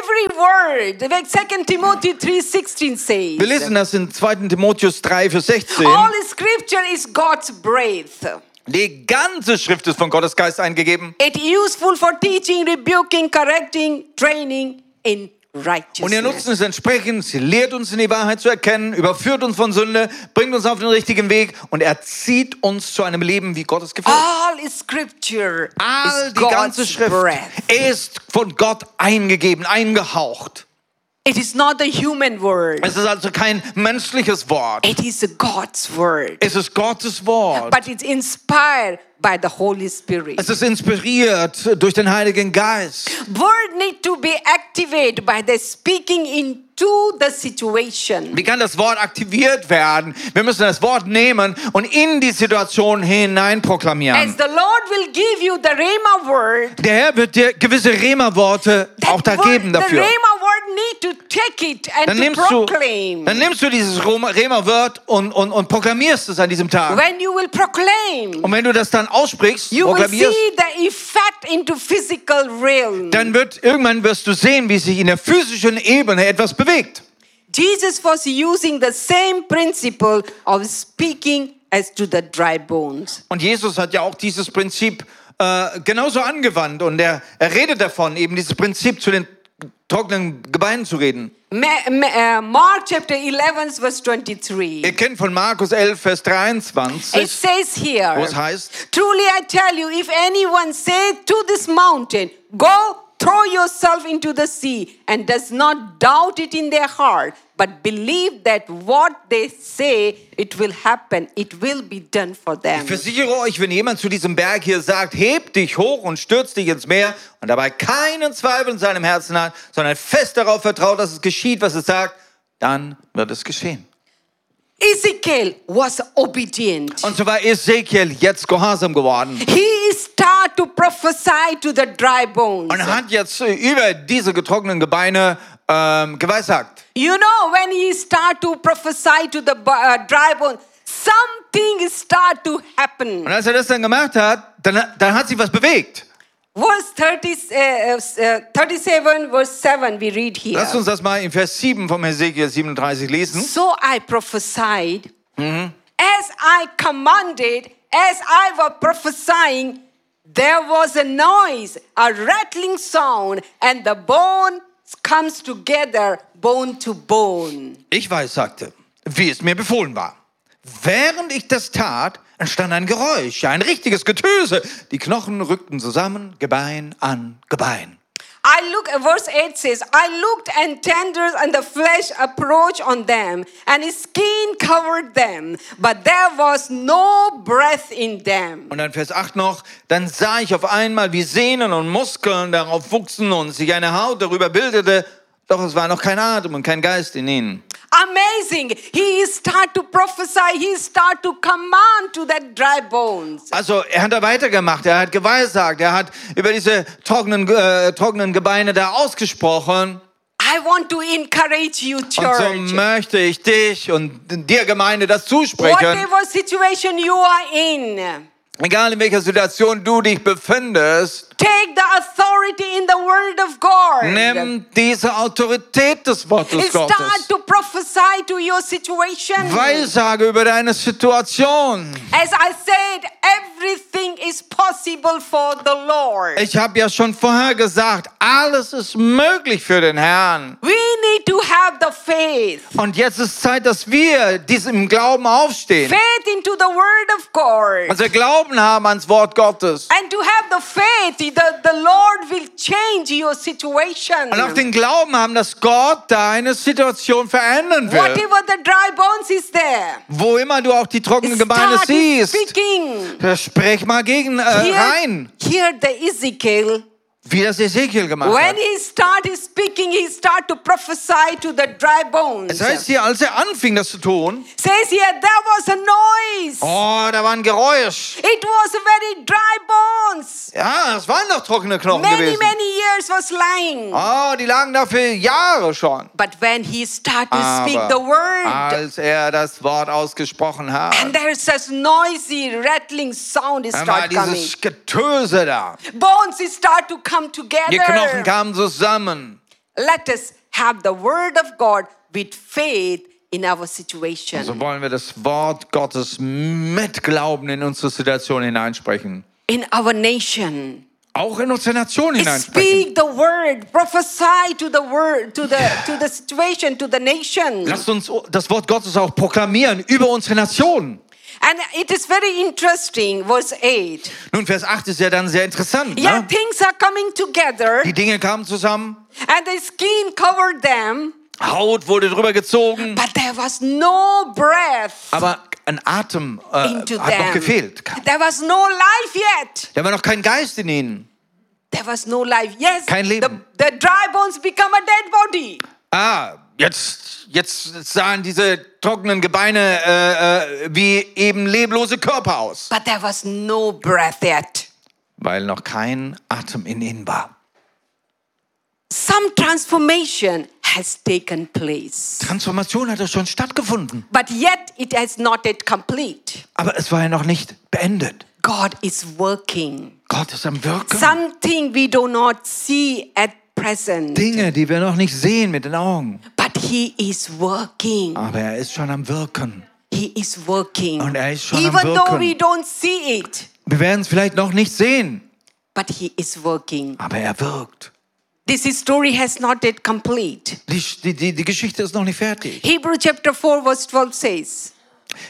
Every word, like 2 Timothy 3:16 says. Wir lesen das in 2. Timotheus 3, Vers 16. All scripture is God's breath. Die ganze Schrift ist von Gottes Geist eingegeben. It useful for teaching, rebuking, correcting, training in Und ihr Nutzen righteousness. ist entsprechend. Sie lehrt uns in die Wahrheit zu erkennen, überführt uns von Sünde, bringt uns auf den richtigen Weg und erzieht uns zu einem Leben, wie Gottes gefällt. All scripture All is die ganze God's Schrift breath. ist von Gott eingegeben, eingehaucht. It is not a human word. Es ist also kein menschliches Wort. It is God's word. Es ist Gottes Wort. But it's inspired by the Holy Spirit. Es ist inspiriert durch den Heiligen Geist. Word need to be activated by the speaking into the situation. Wie kann das Wort aktiviert werden? Wir müssen das Wort nehmen und in die Situation hinein As proklamieren. the Lord will give you the Rhema word, Der Herr wird dir gewisse Rema-Worte That auch da word, geben dafür. The Rhema word need to take it and Dann to nimmst du, proclaim. dann nimmst du dieses Roma- Rema-Wort und, und, und proklamierst es an diesem Tag. when you will proclaim, Und wenn du das dann aussprichst, you will proklamierst, see the effect into physical realm. dann wird irgendwann wirst du sehen, wie sich in der physischen Ebene etwas bewegt. Jesus was using the same principle of speaking as to the dry bones. Und Jesus hat ja auch dieses Prinzip äh, genauso angewandt und er, er redet davon, eben dieses Prinzip zu den trockenen Gebeinen zu reden. Ma- ma- uh, Mark chapter 11 verse 23. Ihr kennt von Markus 11, Vers It 23, says here, wo es heißt, Truly I tell you, if anyone saith to this mountain, Go, throw yourself into the sea, and does not doubt it in their heart, but believe that what they say, it will happen, it will be done for them. ich versichere euch, wenn jemand zu diesem Berg hier sagt, heb dich hoch und stürz dich ins Meer und dabei keinen Zweifel in seinem Herzen hat, sondern fest darauf vertraut, dass es geschieht, was es sagt, dann wird es geschehen. Ezekiel was obedient. Und so war Ezekiel jetzt gehorsam geworden He started to prophesy to the dry bones. und hat jetzt äh, über diese getrockneten Gebeine ähm, geweissagt. You know, when he started to prophesy to the uh, dry bones, something started to happen. Und als er das dann gemacht hat, dann, dann hat sich was bewegt. Verse 30, uh, uh, 37, verse 7, we read here. Lasst uns das mal in Vers 7 vom Hesekiel 37 lesen. so I prophesied as I commanded, as I was prophesying, there was a noise, a rattling sound, and the bone comes together, bone to bone. Ich weiß, sagte, wie es mir befohlen war. Während ich das tat, entstand ein Geräusch, ja, ein richtiges Getöse. Die Knochen rückten zusammen, Gebein an Gebein. I look, verse 8 says, I looked and tenders and the flesh approached on them, and his skin covered them, but there was no breath in them. Und dann Vers 8 noch, dann sah ich auf einmal, wie Sehnen und Muskeln darauf wuchsen und sich eine Haut darüber bildete, doch es war noch kein Atem und kein Geist in ihnen. Amazing. He start to prophesy, he start to command to that dry bones. Also er hat da weitergemacht, er hat geweissagt, er hat über diese trockenen, äh, trockenen Gebeine da ausgesprochen. I want to encourage you, Und so church. möchte ich dich und dir Gemeinde das zusprechen. Whatever situation you are in, Egal in welcher Situation du dich befindest, take the authority in the word of God. nimm diese Autorität des And Wortes start Gottes. to prophesy to your situation. Weissage über deine Situation. As I said, everything is possible for the Lord. Ich habe ja schon vorher gesagt, alles ist möglich für den Herrn. We need to have the faith. Und jetzt ist Zeit, dass wir diesem Glauben aufstehen. Faith into the word of God. Dass wir Glauben haben ans Wort Gottes. And to have the faith that the Lord will change your situation. Und auch den Glauben haben, dass Gott deine Situation verändern will. Whatever the dry bones is there. Wo immer du auch die trockenen Gebeine Start siehst, speaking. sprech mal gegen äh, Here, rein, here the Ezekiel, wie das Ezekiel gemacht when hat. he started speaking, he started to prophesy to the dry bones. Das heißt hier, als er anfing, das zu tun, Says here, there was a noise. oh, da war ein Geräusch. It was a very dry bones. Ja, es waren doch trockene Knochen Many, gewesen. many years was lying. Oh, die lagen da für Jahre schon. But when he started Ah, to speak the word, Aber als er das Wort ausgesprochen hat, and there's this noisy, rattling sound is dann war start coming. dieses Getöse da. Bones is start to come Die Knochen together. kamen zusammen. Let us have the word of God with faith in our So situation. wollen wir das Wort Gottes mit Glauben in unsere Situation hineinsprechen. In our nation. Auch in unsere Nation hineinsprechen. Speak the word, prophesy to the word, to the to the situation, to the nation. Lasst uns das Wort Gottes auch proklamieren über unsere Nation. And it is very interesting, verse 8. Nun, Vers 8 ist ja dann sehr interessant. Yeah, Ne? things are coming together, Die Dinge kamen zusammen, and the skin covered them, Haut wurde drüber gezogen, but there was no breath aber ein Atem äh, hat into noch them. gefehlt. There was no life yet. Da war noch kein Geist in ihnen. There was no life. Yes, Kein Leben. The, the dry bones become a dead body. Ah, jetzt, jetzt sahen diese trockenen Gebeine äh, äh, wie eben leblose Körper aus. But there was no breath yet. Weil noch kein Atem in ihnen war. Some transformation has taken place, Transformation hatte schon stattgefunden, but yet it has not yet complete. aber es war ja noch nicht beendet. God is working. Gott ist am Wirken. Something we do not see at present, Dinge, die wir noch nicht sehen mit den Augen, but He is working. aber er ist schon am Wirken. He is working. Und er ist schon am Even though Wirken. we don't see it, Wir werden es vielleicht noch nicht sehen, but He is working. aber er wirkt. This story has not yet complete. Die, die, die, die Geschichte ist noch nicht fertig. Hebrew chapter 4, verse 12 says,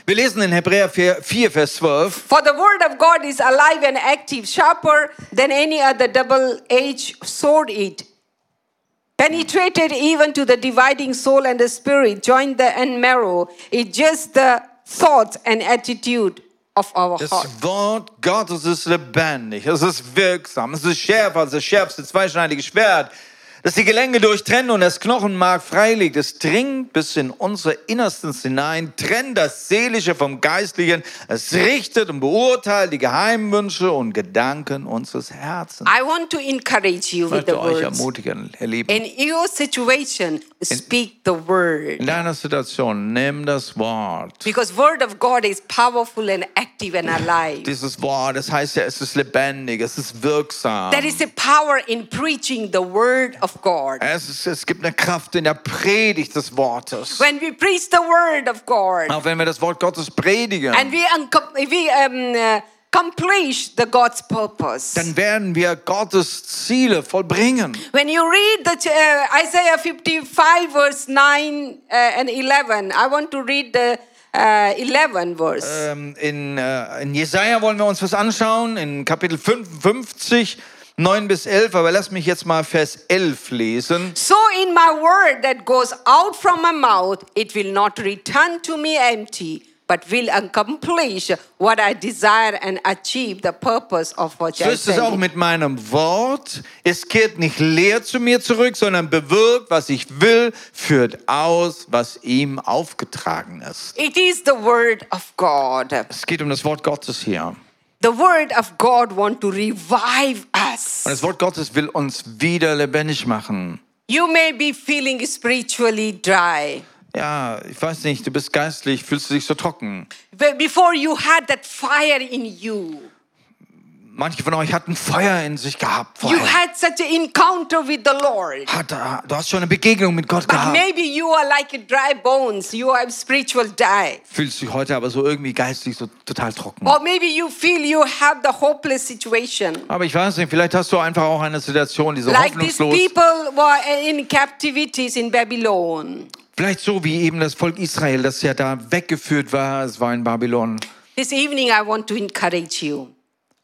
Wir lesen in Hebräer 4, 4 Vers 12. For the word of God is alive and active, sharper than any other double edged sword, it penetrated even to the dividing soul and the spirit, joined the and marrow. It just the thoughts and attitude of our heart. Das Wort Gottes ist lebendig, es ist wirksam, es ist schärfer als das schärfste zweischneidige Schwert, das die Gelenke durchtrennt und das Knochenmark freilegt. Es dringt bis in unsere Innerstens hinein, trennt das Seelische vom Geistlichen, es richtet und beurteilt die Geheimwünsche und Gedanken unseres Herzens. I want to encourage you Ich with the möchte euch words. ermutigen, ihr Lieben. In your situation, speak the word. In deiner Situation, nimm das Wort. Because word of God is powerful and active and alive. Dieses Wort, das heißt ja, es ist lebendig, es ist wirksam. There is a power in preaching the word of God. Es, ist, es gibt eine Kraft in der Predigt des Wortes. when we preach the word of God Auch wenn wir das Wort Gottes predigen, and we, uncom- we um, uh, accomplish the God's purpose. dann werden wir Gottes Ziele vollbringen. when you read the ch- uh, Isaiah 55 verse 9 uh, and 11, I want to read the uh, 11 verse. Ähm, in, äh, in Jesaja wollen wir uns was anschauen, in Kapitel 55, 9 bis 11, aber lass mich jetzt mal Vers 11 lesen. So in my word that goes out from my mouth, it will not return to me empty, but will accomplish what I desire and achieve the purpose of what So I ist es sent auch it." mit meinem Wort. Es kehrt nicht leer zu mir zurück, sondern bewirkt, was ich will, führt aus, was ihm aufgetragen ist. It is the word of God. Es geht um das Wort Gottes hier. The word of God want to revive us. Und das Wort Gottes will uns wieder lebendig machen. You may be feeling spiritually dry. Ja, ich weiß nicht, du bist geistlich, fühlst du dich so trocken. But Before you had that fire in you, Manche von euch hatten Feuer in sich gehabt. you Vorher. had such an encounter with the Lord. Hat, äh, du hast schon eine Begegnung mit Gott But gehabt. maybe you are like dry bones. You have spiritual dry. Fühlst dich heute aber so irgendwie geistlich so total trocken. Or maybe you feel you have the hopeless situation. Aber ich weiß nicht, vielleicht hast du einfach auch eine Situation, die so Like these hoffnungslos people were in captivities in Babylon. Vielleicht so wie eben das Volk Israel, das ja da weggeführt war, es war in Babylon. This evening, I want to encourage you.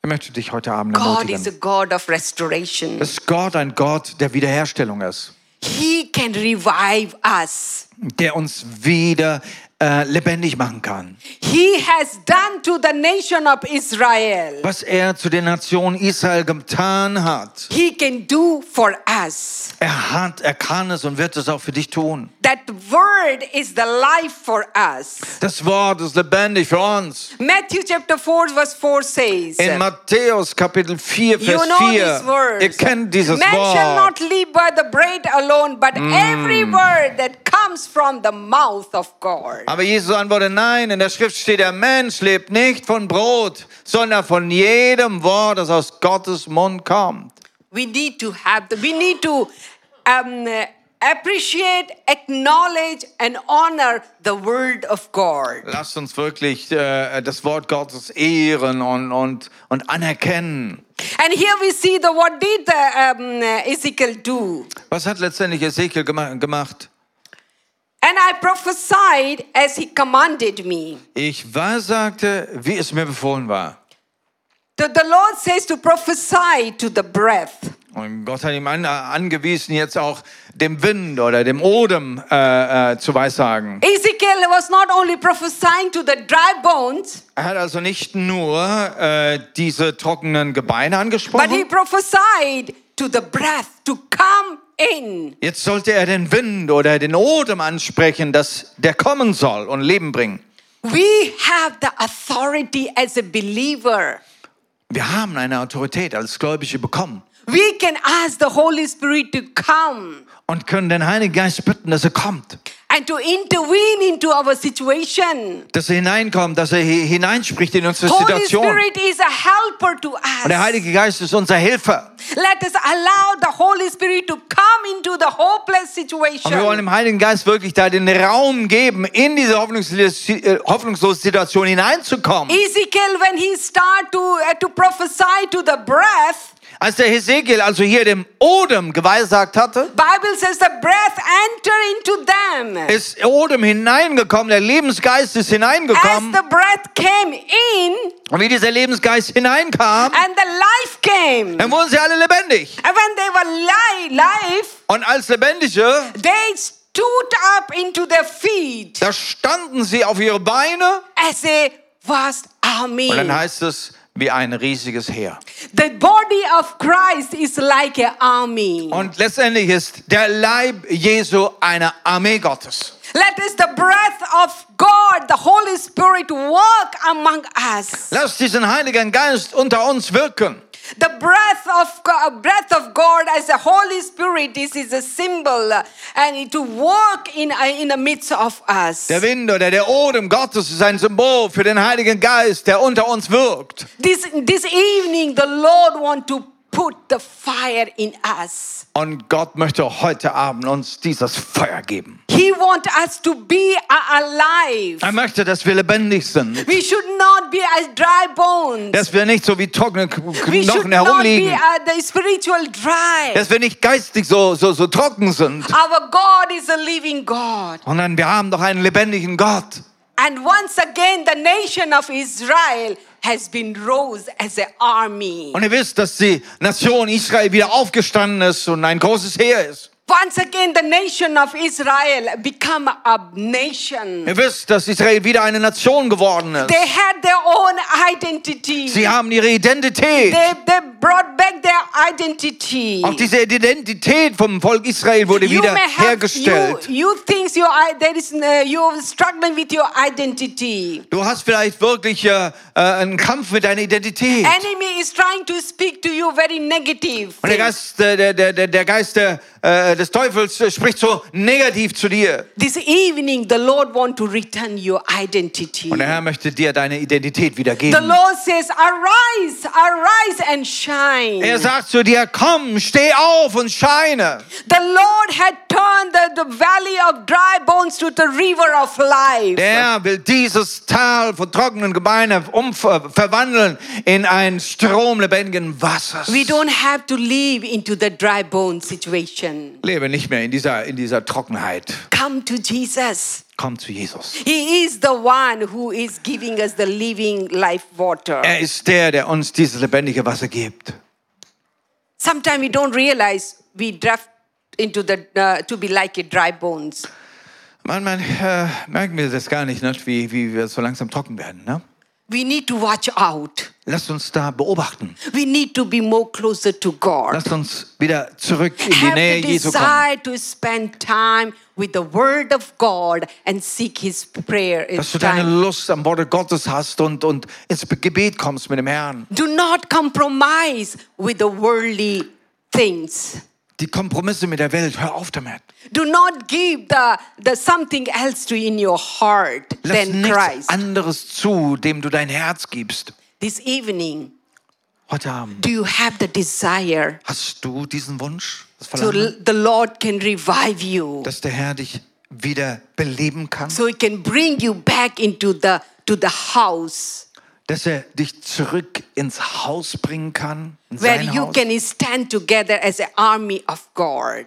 Ich möchte dich heute Abend God is a ermutigen, God of restoration. dass Gott ein Gott der Wiederherstellung ist, He can revive us. der uns wieder äh, lebendig machen kann. He has done to the nation of Israel. Was er zu den Nationen Israel getan hat, He can do for us. er hat, er kann es und wird es auch für dich tun. That word is the life for us. Das Wort ist lebendig für uns. Matthew chapter 4, verse 4 says, In Matthäus Kapitel 4, Vers You know this 4. word. Ihr kennt dieses Man shall Wort. not live by the bread alone, but every word that comes from the mouth of God. Aber Jesus antwortet, nein, in der Schrift steht, der Mensch lebt nicht von Brot, sondern von jedem Wort, das aus Gottes Mund kommt. We need to have, the, we need to um, appreciate, acknowledge, and honor the word of God. Lasst uns wirklich äh, das Wort Gottes ehren und, und, und anerkennen. And here we see the what did the, um, Ezekiel do? Was hat letztendlich Ezekiel gema gemacht? And I prophesied as he commanded me. Ich wahrsagte, wie es mir befohlen war. The, the Lord says to prophesy to the breath. Und Gott hat ihm an, angewiesen, jetzt auch dem Wind oder dem Odem äh, äh, zu weissagen. Ezekiel was not only prophesying to the dry bones, Er hat also nicht nur äh, diese trockenen Gebeine but he angesprochen. prophesied to the breath to come in. Jetzt sollte er den Wind oder den Odem ansprechen, dass der kommen soll und Leben bringen. We have the authority as a believer. Wir haben eine Autorität als Gläubige bekommen We can ask the Holy Spirit to come und können den Heiligen Geist bitten, dass er kommt, and to intervene into our situation. dass er hineinkommt, dass er hi- hineinspricht in unsere Holy Situation. Spirit is a helper to Und der us. Heilige Geist ist unser Helfer. Let us allow the Holy Spirit to come into the hopeless situation. Und wir wollen dem Heiligen Geist wirklich da den Raum geben, in diese hoffnungslos- äh, hoffnungslosen Situation hineinzukommen. Ezekiel, when he started to, uh, to prophesy to the breath, Als der Hesekiel also hier dem Odem geweissagt hatte, Bible says the breath enter into them. ist Odem hineingekommen, der Lebensgeist ist As hineingekommen. the breath came in Und wie dieser Lebensgeist hineinkam, and the life came. dann wurden sie alle lebendig. And when they were li- live, Und als Lebendige, they stood up into their feet da standen sie auf ihre Beine. as a vast army. Und dann heißt es, wie ein riesiges Heer. The body of Christ is like an army. Und letztendlich ist der Leib Jesu eine Armee Gottes. Let us the breath of God, the Holy Spirit, work among us. Lass diesen Heiligen Geist unter uns wirken. The breath of God, breath of God as the Holy Spirit is, is a symbol uh, and it to work in, uh, in the midst of us. Der Wind oder der Odem Gottes ist ein Symbol für den Heiligen Geist, der unter uns wirkt. This, this evening, the Lord want to put the fire in us. Und Gott möchte heute Abend uns dieses Feuer geben. He want us to be a- alive. Er möchte, dass wir lebendig sind. We should not be as dry bones. Dass wir nicht so wie trockene K- We should Knochen not be herumliegen. uh, the spiritual dry. Dass wir nicht geistig so, so, so trocken sind. Our God is a living God. Sondern wir haben doch einen lebendigen Gott. And once again, the nation of Israel has been rose as an army. Und ihr wisst, dass die Nation Israel wieder aufgestanden ist und ein großes Heer ist. Once again, the nation of Israel become a nation. Ihr wisst, dass Israel wieder eine Nation geworden ist. They had their own identity. Sie haben ihre Identität. They, they brought back their identity. Auch diese Identität vom Volk Israel wurde You wieder may have you, hergestellt. you think you are there is uh, you struggling with your identity. Du hast vielleicht wirklich äh, äh, einen Kampf mit deiner Identität. Enemy is trying to speak to you very negative. Und things. der Geist, äh, der, der, der, der Geist der, äh, des Teufels äh, spricht so negativ zu dir. This evening, the Lord want to return your identity. Und der Herr möchte dir deine Identität The wiedergeben. Lord says, "Arise, arise and shine." Er sagt zu dir, komm, steh auf und scheine. The Lord had turned the, the valley of dry bones to the river of life. Der Herr will dieses Tal von trockenen Gebeinen um, verwandeln in einen Strom lebendigen Wassers. We don't have to live into the dry bone situation. Lebe nicht mehr in dieser, in dieser Trockenheit. Come to Jesus. Komm zu Jesus. He is the one who is giving us the living life water. Er ist der, der uns dieses lebendige Wasser gibt. Sometimes we don't realize we drift into the uh, to be like a dry bones. Manchmal äh, merken wir das gar nicht, nicht? Wie, wie wir so langsam trocken werden. Ne? We need to watch out. Lasst uns da beobachten. We need to be more closer to God. Lasst uns wieder zurück in die Have Nähe the Jesu kommen. desire to spend time with the Word of God and seek His prayer. Dass It's du deine time. Lust am Worte Gottes hast und, und ins Gebet kommst mit dem Herrn. Do not compromise with the worldly things. Die Kompromisse mit der Welt, hör auf damit. Do not give the, the something else to in your heart Lass than nichts Christ. anderes zu, dem du dein Herz gibst. This evening, Heute Abend, do you have the desire hast du diesen Wunsch, das so Verlangen, l- the Lord can revive you, dass der Herr dich wieder beleben kann? so He can bring you back into the to the house Dass er dich zurück ins Haus bringen kann? In where sein you Haus? can stand together as an army of God.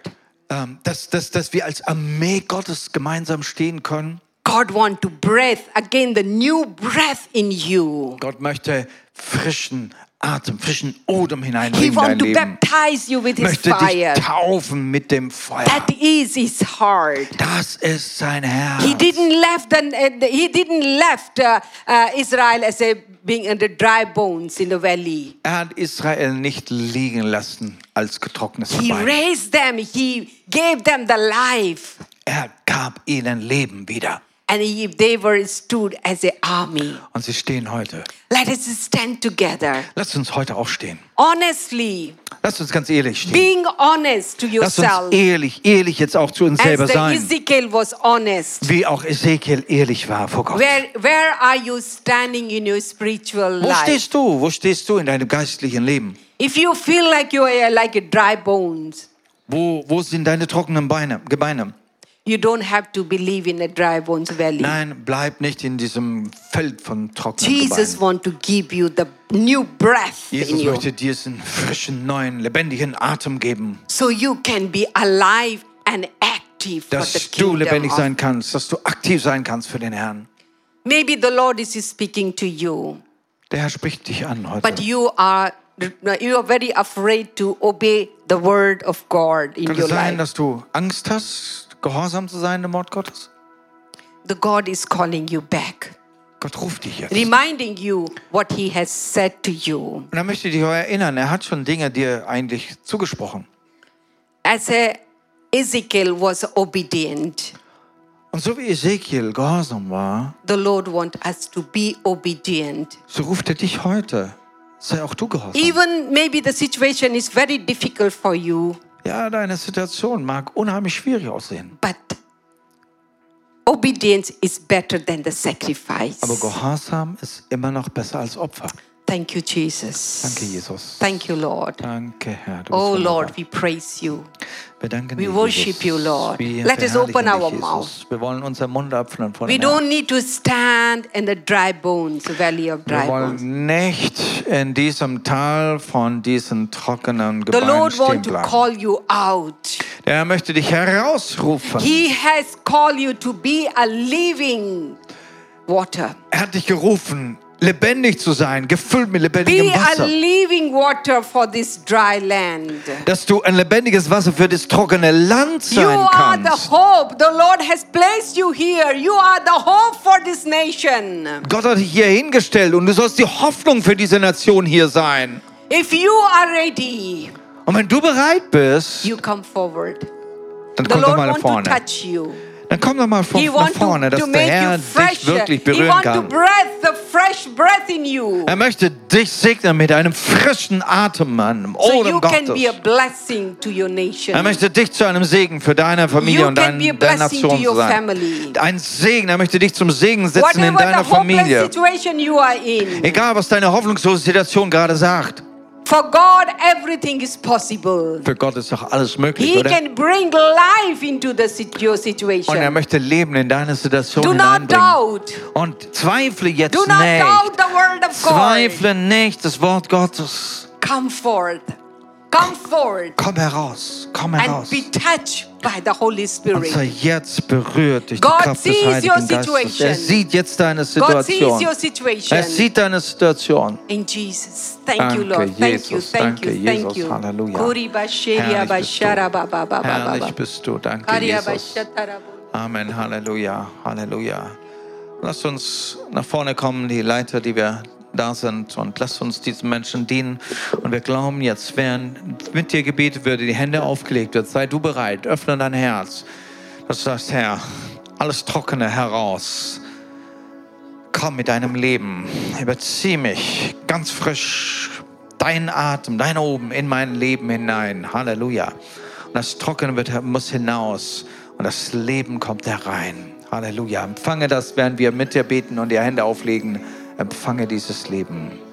Ähm, dass, dass, dass wir als Armee Gottes gemeinsam stehen können? God want to breathe again the new breath in you. Gott möchte frischen Atem, frischen Odem He hineinbringen in dein want to Leben. baptize you with His Möchte fire. dich taufen mit dem Feuer. That is His heart. Das ist sein Herz. He didn't left the, uh, the- he didn't left uh, uh, Israel as a being under dry bones in the valley. Er hat Israel nicht liegen lassen als getrocknetes He Bein. raised them. He gave them the life, Er gab ihnen Leben wieder. and he, they were stood as an army. Und sie stehen heute. Let us stand together Lasst uns heute aufstehen. honestly, Lasst uns ganz ehrlich stehen. being honest to Lasst uns yourself, ehrlich, ehrlich jetzt auch zu uns as selber the sein. Ezekiel was honest. Wie auch Ezekiel ehrlich war vor Gott. Where where are you standing in your spiritual Wo life? stehst du? Wo stehst du in deinem geistlichen Leben? If you feel like you are like a dry bones, Wo, wo sind deine trockenen Beine, Gebeine? you don't have to believe in a dry bones valley. Nein, bleib nicht in diesem Feld von trockenen Jesus Gebeinen. want to give you the new breath in Jesus you möchte dir diesen frischen, neuen, lebendigen Atem geben. so you can be alive and active for the dass du kingdom. lebendig Of. sein kannst, dass du aktiv sein kannst für den Herrn. Maybe the Lord is speaking to you, Der Herr spricht dich an heute. but you are you are very afraid to obey the word of God in Kann your es sein, life. dass du Angst hast, gehorsam zu sein dem Wort Gottes? The God is calling you back, Gott ruft dich jetzt. Und reminding you what he has said to you. er möchte dich auch erinnern, er hat schon Dinge dir eigentlich zugesprochen. As a Ezekiel was obedient, Und so wie Ezekiel gehorsam war, the Lord wants us to be obedient. so ruft er dich heute. Sei auch du gehorsam. Even maybe the situation is very difficult for you, Ja, deine Situation mag unheimlich schwierig aussehen. but obedience is better than the sacrifice. Aber Gehorsam ist immer noch besser als Opfer. Thank you, Jesus. Danke, Jesus. Thank you, Lord. Danke, Herr. Du bist Oh, wunderbar. Lord, we praise you. Wir danken We dir, worship Jesus. you, Lord. Wir Let us verherrlichen open dich, our Jesus. mouth. Wir wollen unseren Mund öffnen vor We dem Herrn. don't need to stand in the dry bones, the valley of dry Wir bones. wollen nicht in diesem Tal von diesen trockenen The Gebeinen Lord stehen wants to bleiben. call you out. Der Herr möchte dich herausrufen. He has called you to be a living water. Er hat dich gerufen, lebendig zu sein, gefüllt mit lebendigem Be a Wasser. living water for this dry land. Dass du ein lebendiges Wasser für das trockene Land You sein are the kannst. hope. The Lord has placed you here. You are the hope for this nation. Gott hat dich hier hingestellt und du sollst die Hoffnung für diese Nation hier sein. If you are ready, Und wenn du bereit bist, you come forward. dann The komm doch Lord mal nach wants to vorne. touch you. Dann komm doch mal von, He nach wants vorne, to, dass to der make Herr you dich fresher. wirklich He berühren wants to kann. breath the fresh breath in you. Er möchte dich segnen mit einem frischen Atem, Mann, So Odem you can be a Gottes. blessing to your nation. Er möchte dich zu einem Segen für deine Familie You und can be a dein, deine blessing to Nation your sein. family. Ein Segen, er möchte dich zum Segen setzen in Whatever the deiner hopeless Familie. situation you are in, Egal, was deine hoffnungslose Situation gerade sagt. for God everything is possible. Für Gott ist doch alles möglich, He oder? can bring life into the sit- your Und er situation. möchte Leben in deine Situation Do not hineinbringen. doubt. Und zweifle jetzt Do not doubt nicht. the word of God. Zweifle nicht das Wort Gottes. Come forth. Come forth Komm heraus, komm and heraus. be touched by the Holy Und sei Spirit. jetzt berührt durch die God Kraft des sees your Heiligen Geistes. situation. Er sieht jetzt deine God sees Situation. your Er situation. sieht deine Situation. In Jesus. Thank you, Danke, Lord. Thank you, Jesus. thank Danke, you, thank Jesus. you. Halleluja. Kuri basheria Herrlich bist du. bashara ba ba ba ba ba Herrlich ba. bist du. Danke, Karia Jesus. bashatara bo- Amen. Halleluja. Halleluja. Lasst uns nach vorne kommen, die Leiter, die wir da sind, und lasst uns diesen Menschen dienen. Und wir glauben jetzt, während mit dir gebetet würde, die Hände aufgelegt wird, sei du bereit, öffne dein Herz. Das sagst, Herr, alles Trockene heraus. Komm mit deinem Leben, überzieh mich ganz frisch, dein Atem, dein Oben in mein Leben hinein. Halleluja. Und das Trockene wird, muss hinaus und das Leben kommt herein. Halleluja. Empfange das, während wir mit dir beten und die Hände auflegen. Empfange dieses Leben.